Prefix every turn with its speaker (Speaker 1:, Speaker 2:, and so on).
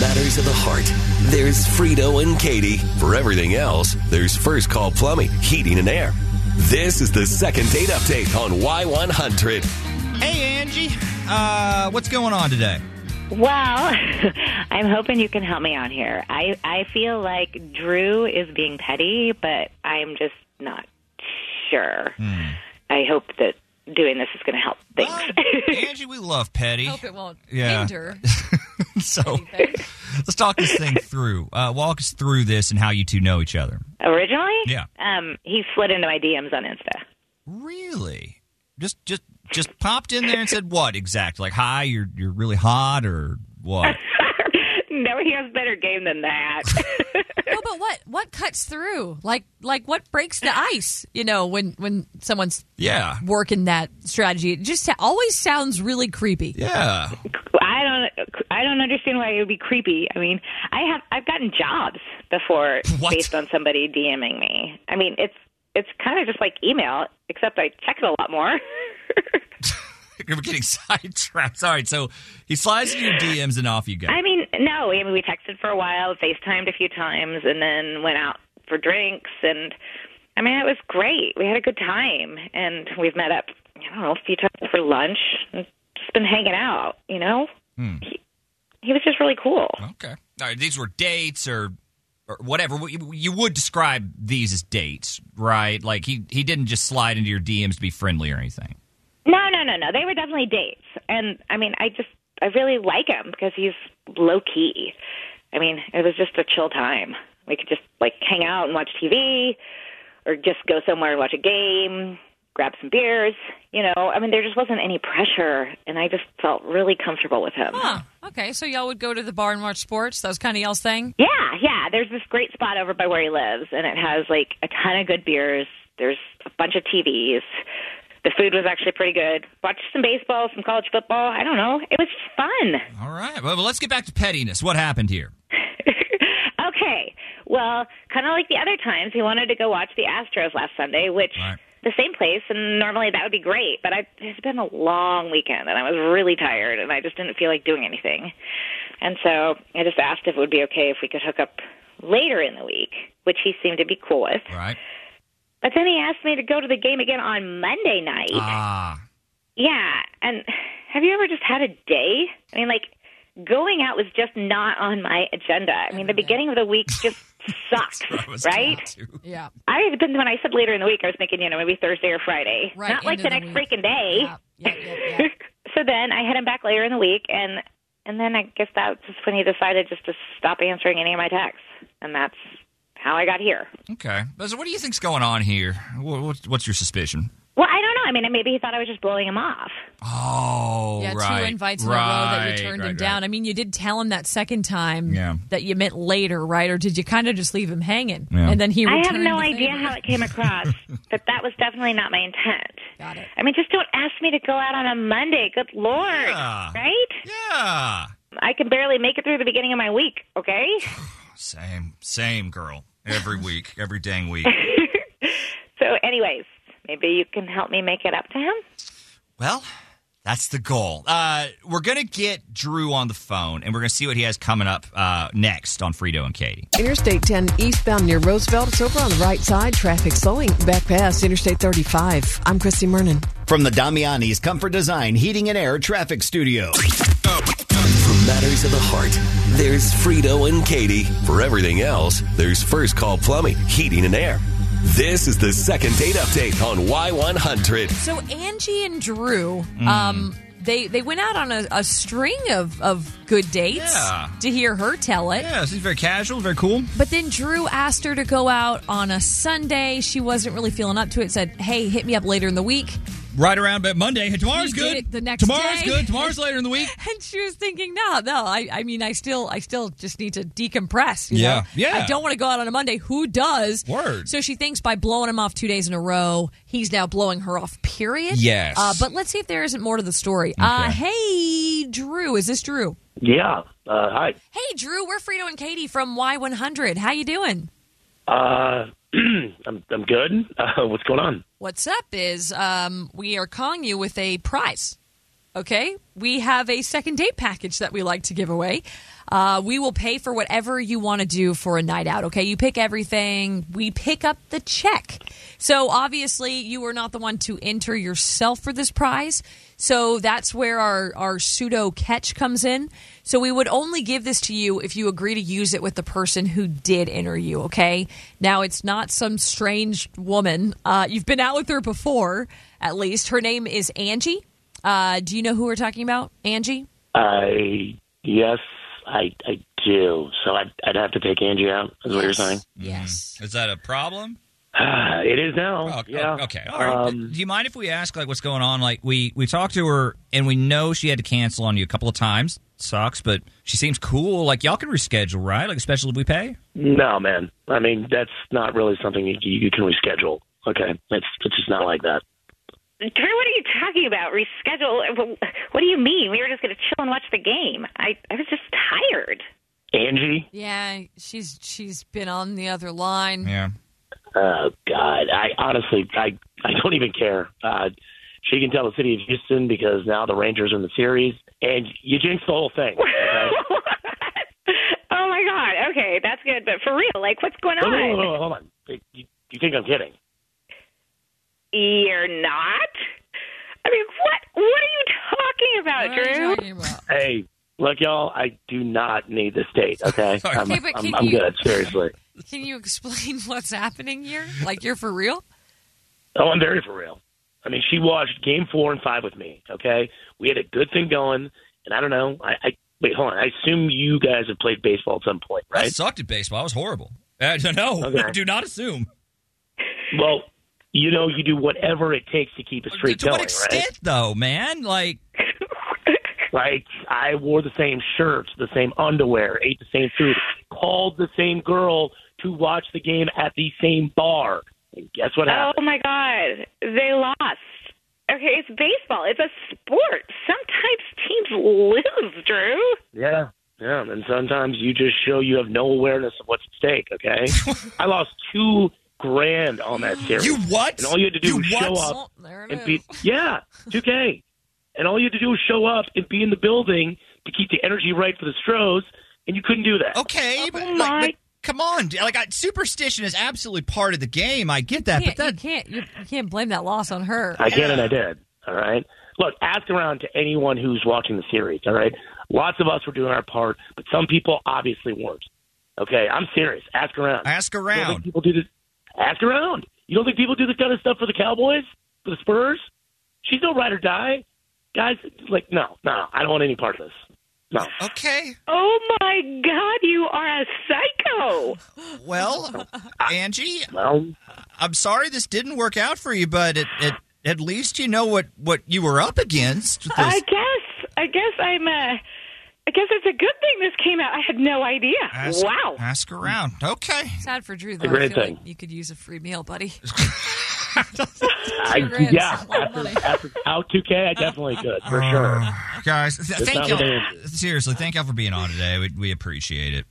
Speaker 1: matters of the heart, there's Frito and Katie. For everything else, there's First Call Plumbing, Heating and Air. This is the second date update on Y100.
Speaker 2: Hey, Angie. Uh, what's going on today?
Speaker 3: Well, I'm hoping you can help me out here. I, I feel like Drew is being petty, but I'm just not sure.
Speaker 2: Hmm.
Speaker 3: I hope that doing this is going to help things.
Speaker 2: Angie, we love Petty.
Speaker 4: Hope it won't
Speaker 2: Yeah.
Speaker 4: hinder.
Speaker 2: So let's talk this thing through. Uh, walk us through this and how you two know each other.
Speaker 3: Originally,
Speaker 2: Yeah.
Speaker 3: um, he slid into my DMs on Insta.
Speaker 2: Really? Just just just popped in there and said what exactly? Like hi, you're you're really hot or what?
Speaker 3: no, he has better game than that.
Speaker 4: No, but what what cuts through? Like like what breaks the ice? You know, when when someone's
Speaker 2: Yeah.
Speaker 4: working that strategy, it just always sounds really creepy.
Speaker 2: Yeah.
Speaker 3: I don't. I don't understand why it would be creepy. I mean, I have. I've gotten jobs before
Speaker 2: What?
Speaker 3: based on somebody DMing me. I mean, it's it's kind of just like email, except I check it a lot more.
Speaker 2: We're getting sidetracked. All right, so he slides into your DMs and off you go.
Speaker 3: I mean, no. I mean, we texted for a while, FaceTimed a few times, and then went out for drinks. And I mean, it was great. We had a good time, and we've met up. I don't know a few times for lunch. And just been hanging out. You know, he, he was just really cool.
Speaker 2: Okay. All right, these were dates or or whatever. You you would describe these as dates, right? Like he he didn't just slide into your DMs to be friendly or anything.
Speaker 3: No, no, no, no. They were definitely dates. And I mean, I just I really like him because he's low key. I mean, it was just a chill time. We could just like hang out and watch TV or just go somewhere and watch a game, grab some beers, you know. I mean, there just wasn't any pressure and I just felt really comfortable with him.
Speaker 4: Huh. Okay, so y'all would go to the bar and watch sports. That was kind of y'all's thing.
Speaker 3: Yeah, yeah. There's this great spot over by where he lives, and it has like a ton of good beers. There's a bunch of TVs. The food was actually pretty good. Watched some baseball, some college football. I don't know. It was just fun.
Speaker 2: All right. Well, let's get back to pettiness. What happened here?
Speaker 3: okay. Well, kind of like the other times, he wanted to go watch the Astros last Sunday, which
Speaker 2: Right.
Speaker 3: the same place, and normally that would be great. But I, it's been a long weekend, and I was really tired, and I just didn't feel like doing anything. And so I just asked if it would be okay if we could hook up later in the week, which he seemed to be cool with.
Speaker 2: All right.
Speaker 3: But then he asked me to go to the game again on Monday night.
Speaker 2: Ah.
Speaker 3: Yeah, and have you ever just had a day? I mean, like going out was just not on my agenda. I mean, the
Speaker 4: Mm-hmm.
Speaker 3: beginning of the week just sucks,
Speaker 2: where I was
Speaker 3: right?
Speaker 2: going to.
Speaker 4: Yeah.
Speaker 3: I had been when I said later in the week, I was thinking, you know, maybe Thursday or Friday,
Speaker 4: Right,
Speaker 3: not like
Speaker 4: end
Speaker 3: the
Speaker 4: of the
Speaker 3: next
Speaker 4: week.
Speaker 3: freaking day.
Speaker 4: Yeah. Yeah. Yeah. yeah.
Speaker 3: so then I hit him back later in the week, and and then I guess that was when he decided just to stop answering any of my texts, and that's how I got here.
Speaker 2: Okay. But So what do you think's going on here? Wha- what's- What's your suspicion?
Speaker 3: Well, I don't know. I mean, maybe he thought I was just blowing him off.
Speaker 2: Oh,
Speaker 4: Yeah,
Speaker 2: right.
Speaker 4: two invites in a row that
Speaker 2: right,
Speaker 4: you turned
Speaker 2: right,
Speaker 4: him
Speaker 2: right.
Speaker 4: down. I mean, you did tell him that second time
Speaker 2: Yeah.
Speaker 4: that you meant later, right? Or did you kind of just leave him hanging?
Speaker 2: Yeah.
Speaker 4: And then he
Speaker 3: I have
Speaker 4: returned
Speaker 3: no
Speaker 4: the
Speaker 3: idea
Speaker 4: favor.
Speaker 3: how it came across, but that was definitely not my intent.
Speaker 4: Got it.
Speaker 3: I mean, just don't ask me to go out on a Monday. Good Lord.
Speaker 2: Yeah.
Speaker 3: Right?
Speaker 2: Yeah.
Speaker 3: I can barely make it through the beginning of my week, okay?
Speaker 2: Same, same girl. Every week, every dang week.
Speaker 3: So, anyways, maybe you can help me make it up to him?
Speaker 2: Well, that's the goal. Uh, we're going to get Drew on the phone and we're going to see what he has coming up uh, next on Frito and Katie.
Speaker 5: Interstate 10 eastbound near Roosevelt. It's over on the right side. Traffic slowing back past Interstate 35. I'm Christy Mernon.
Speaker 6: From the Damiani's Comfort Design Heating and Air Traffic Studio.
Speaker 1: For matters of the heart, there's Frito and Katie. For everything else, there's First Call Plumbing, Heating and Air. This is the second date update on Y100.
Speaker 4: So Angie and Drew,
Speaker 2: Mm.
Speaker 4: um, they they went out on a, a string of, of good dates
Speaker 2: Yeah.
Speaker 4: to hear her tell it.
Speaker 2: Yeah, she's very casual, very cool.
Speaker 4: But then Drew asked her to go out on a Sunday. She wasn't really feeling up to it. Said, "Hey, hit me up later in the week."
Speaker 2: Right around but Monday. Hey, Tomorrow's
Speaker 4: He did
Speaker 2: good.
Speaker 4: it the next
Speaker 2: Tomorrow's
Speaker 4: day.
Speaker 2: good. Tomorrow's later in the week.
Speaker 4: And she was thinking, "No, no. I, I mean, I still, I still just need to decompress. you
Speaker 2: Yeah.
Speaker 4: know?
Speaker 2: Yeah.
Speaker 4: I don't want to go out on a Monday. Who does?
Speaker 2: Word.
Speaker 4: So she thinks by blowing him off two days in a row, he's now blowing her off. Period.
Speaker 2: Yes.
Speaker 4: Uh, but let's see if there isn't more to the story. Uh, hey, Drew, is this Drew?
Speaker 7: Yeah. Uh, hi.
Speaker 4: Hey, Drew, we're Frito and Katie from Y100. How you doing?
Speaker 7: Uh, I'm I'm good. Uh, what's going on?
Speaker 4: What's up? Is um, we are calling you with a prize. Okay, we have a second date package that we like to give away. Uh, we will pay for whatever you want to do for a night out. Okay, you pick everything. We pick up the check. So obviously, you were not the one to enter yourself for this prize. So that's where our our pseudo catch comes in. So we would only give this to you if you agree to use it with the person who did enter you. Okay, now it's not some strange woman. Uh, you've been out with her before, at least. Her name is Angie. Uh, do you know who we're talking about? Angie?
Speaker 7: I yes, I I do. So I'd, I'd have to take Angie out. Is what you're saying?
Speaker 4: Yes.
Speaker 2: Is that a problem?
Speaker 7: it is now.
Speaker 2: Oh,
Speaker 7: yeah.
Speaker 2: oh, okay. All right.
Speaker 7: Um,
Speaker 2: Do you mind if we ask like what's going on? Like we we talked to her and we know she had to cancel on you a couple of times. Sucks, but she seems cool. Like y'all can reschedule, right? Like especially if we pay.
Speaker 7: no, man. I mean, that's not really something you, you can reschedule. Okay, it's it's just not like that.
Speaker 3: Drew, what are you talking about? Reschedule? What do you mean? We were just going to chill and watch the game. I, I was just tired.
Speaker 7: Angie.
Speaker 4: Yeah, she's she's been on the other line.
Speaker 2: Yeah.
Speaker 7: Oh God. I honestly, I I don't even care. Uh, she can tell the city of Houston because now the Rangers are in the series, and you jinxed the whole thing. okay?
Speaker 3: oh my god. Okay, that's good. But for real, like, what's going
Speaker 7: Whoa, whoa,
Speaker 3: on?
Speaker 7: whoa, whoa, hold on. You, you think I'm kidding?
Speaker 3: You're not. I mean, what? What are you talking about,
Speaker 4: What are you
Speaker 3: Drew?
Speaker 4: talking about?
Speaker 7: Hey, look, y'all, I do not need this date, okay? I'm,
Speaker 4: Okay, but
Speaker 7: I'm,
Speaker 4: can
Speaker 7: I'm
Speaker 4: you-
Speaker 7: good, seriously.
Speaker 4: Can you explain what's happening here? Like you're for real?
Speaker 7: Oh, I'm very for real. I mean, she watched game four and five with me, okay? We had a good thing going, and I don't know. I, I Wait, hold on. I assume you guys have played baseball at some point,
Speaker 2: I
Speaker 7: right?
Speaker 2: sucked at baseball. I was horrible. Uh, no,
Speaker 7: Okay.
Speaker 2: do not assume.
Speaker 7: Well, you know, you do whatever it takes to keep a streak
Speaker 2: to
Speaker 7: going,
Speaker 2: what extent, though, man? Like,
Speaker 7: right? Like, I wore the same shirt, the same underwear, ate the same food, called the same girl to watch the game at the same bar. And guess what happened?
Speaker 3: Oh my god, they lost. Okay, it's baseball. It's a sport. Sometimes teams lose, Drew.
Speaker 7: Yeah, yeah. And sometimes you just show you have no awareness of what's at stake. Okay, I lost two grand on that series,
Speaker 2: you what?
Speaker 7: and all you had to do
Speaker 2: You
Speaker 7: was
Speaker 2: what?
Speaker 7: show up
Speaker 4: Oh, there it
Speaker 7: and
Speaker 4: is.
Speaker 7: beat. Yeah, two K. And all you had to do was show up and be in the building to keep the energy right for the Stros, and you couldn't do that.
Speaker 2: Okay, but,
Speaker 3: Oh,
Speaker 2: like,
Speaker 3: my-
Speaker 2: but come on, like I, superstition is absolutely part of the game. I get that,
Speaker 4: You
Speaker 2: but
Speaker 4: can't, you
Speaker 2: that
Speaker 4: can't you, you can't blame that loss on her.
Speaker 7: I can and I did. All right. Look, ask around to anyone who's watching the series. All right. Lots of us were doing our part, but some people obviously weren't. Okay, I'm serious. Ask around.
Speaker 2: ask
Speaker 7: You don't think
Speaker 2: around.
Speaker 7: people do this. Ask around. You don't think people do this kind of stuff for the Cowboys, for the Spurs? She's no ride or die, guys. Like, no, no, I don't want any part of this. No,
Speaker 2: Okay,
Speaker 3: Oh my god, you are a psycho.
Speaker 2: well, Angie,
Speaker 7: well,
Speaker 2: I'm sorry this didn't work out for you, but it, it, at least you know what what you were up against. with
Speaker 3: I
Speaker 2: This.
Speaker 3: guess. I guess I'm. Uh, I guess it's a good thing this came out. I had no idea.
Speaker 2: Ask-
Speaker 3: wow.
Speaker 2: Ask around. Okay.
Speaker 4: Sad for Drew though.
Speaker 7: a great
Speaker 4: I feel like
Speaker 7: thing.
Speaker 4: you could use a free meal, buddy.
Speaker 7: I
Speaker 4: grand
Speaker 7: yeah.
Speaker 4: is a lot of
Speaker 7: After,
Speaker 4: money.
Speaker 7: after out 2K, I definitely could for sure.
Speaker 2: Guys, th-
Speaker 7: It's
Speaker 2: thank
Speaker 7: not
Speaker 2: you.
Speaker 7: what it
Speaker 2: Seriously, thank y'all for being on today. We, we appreciate it.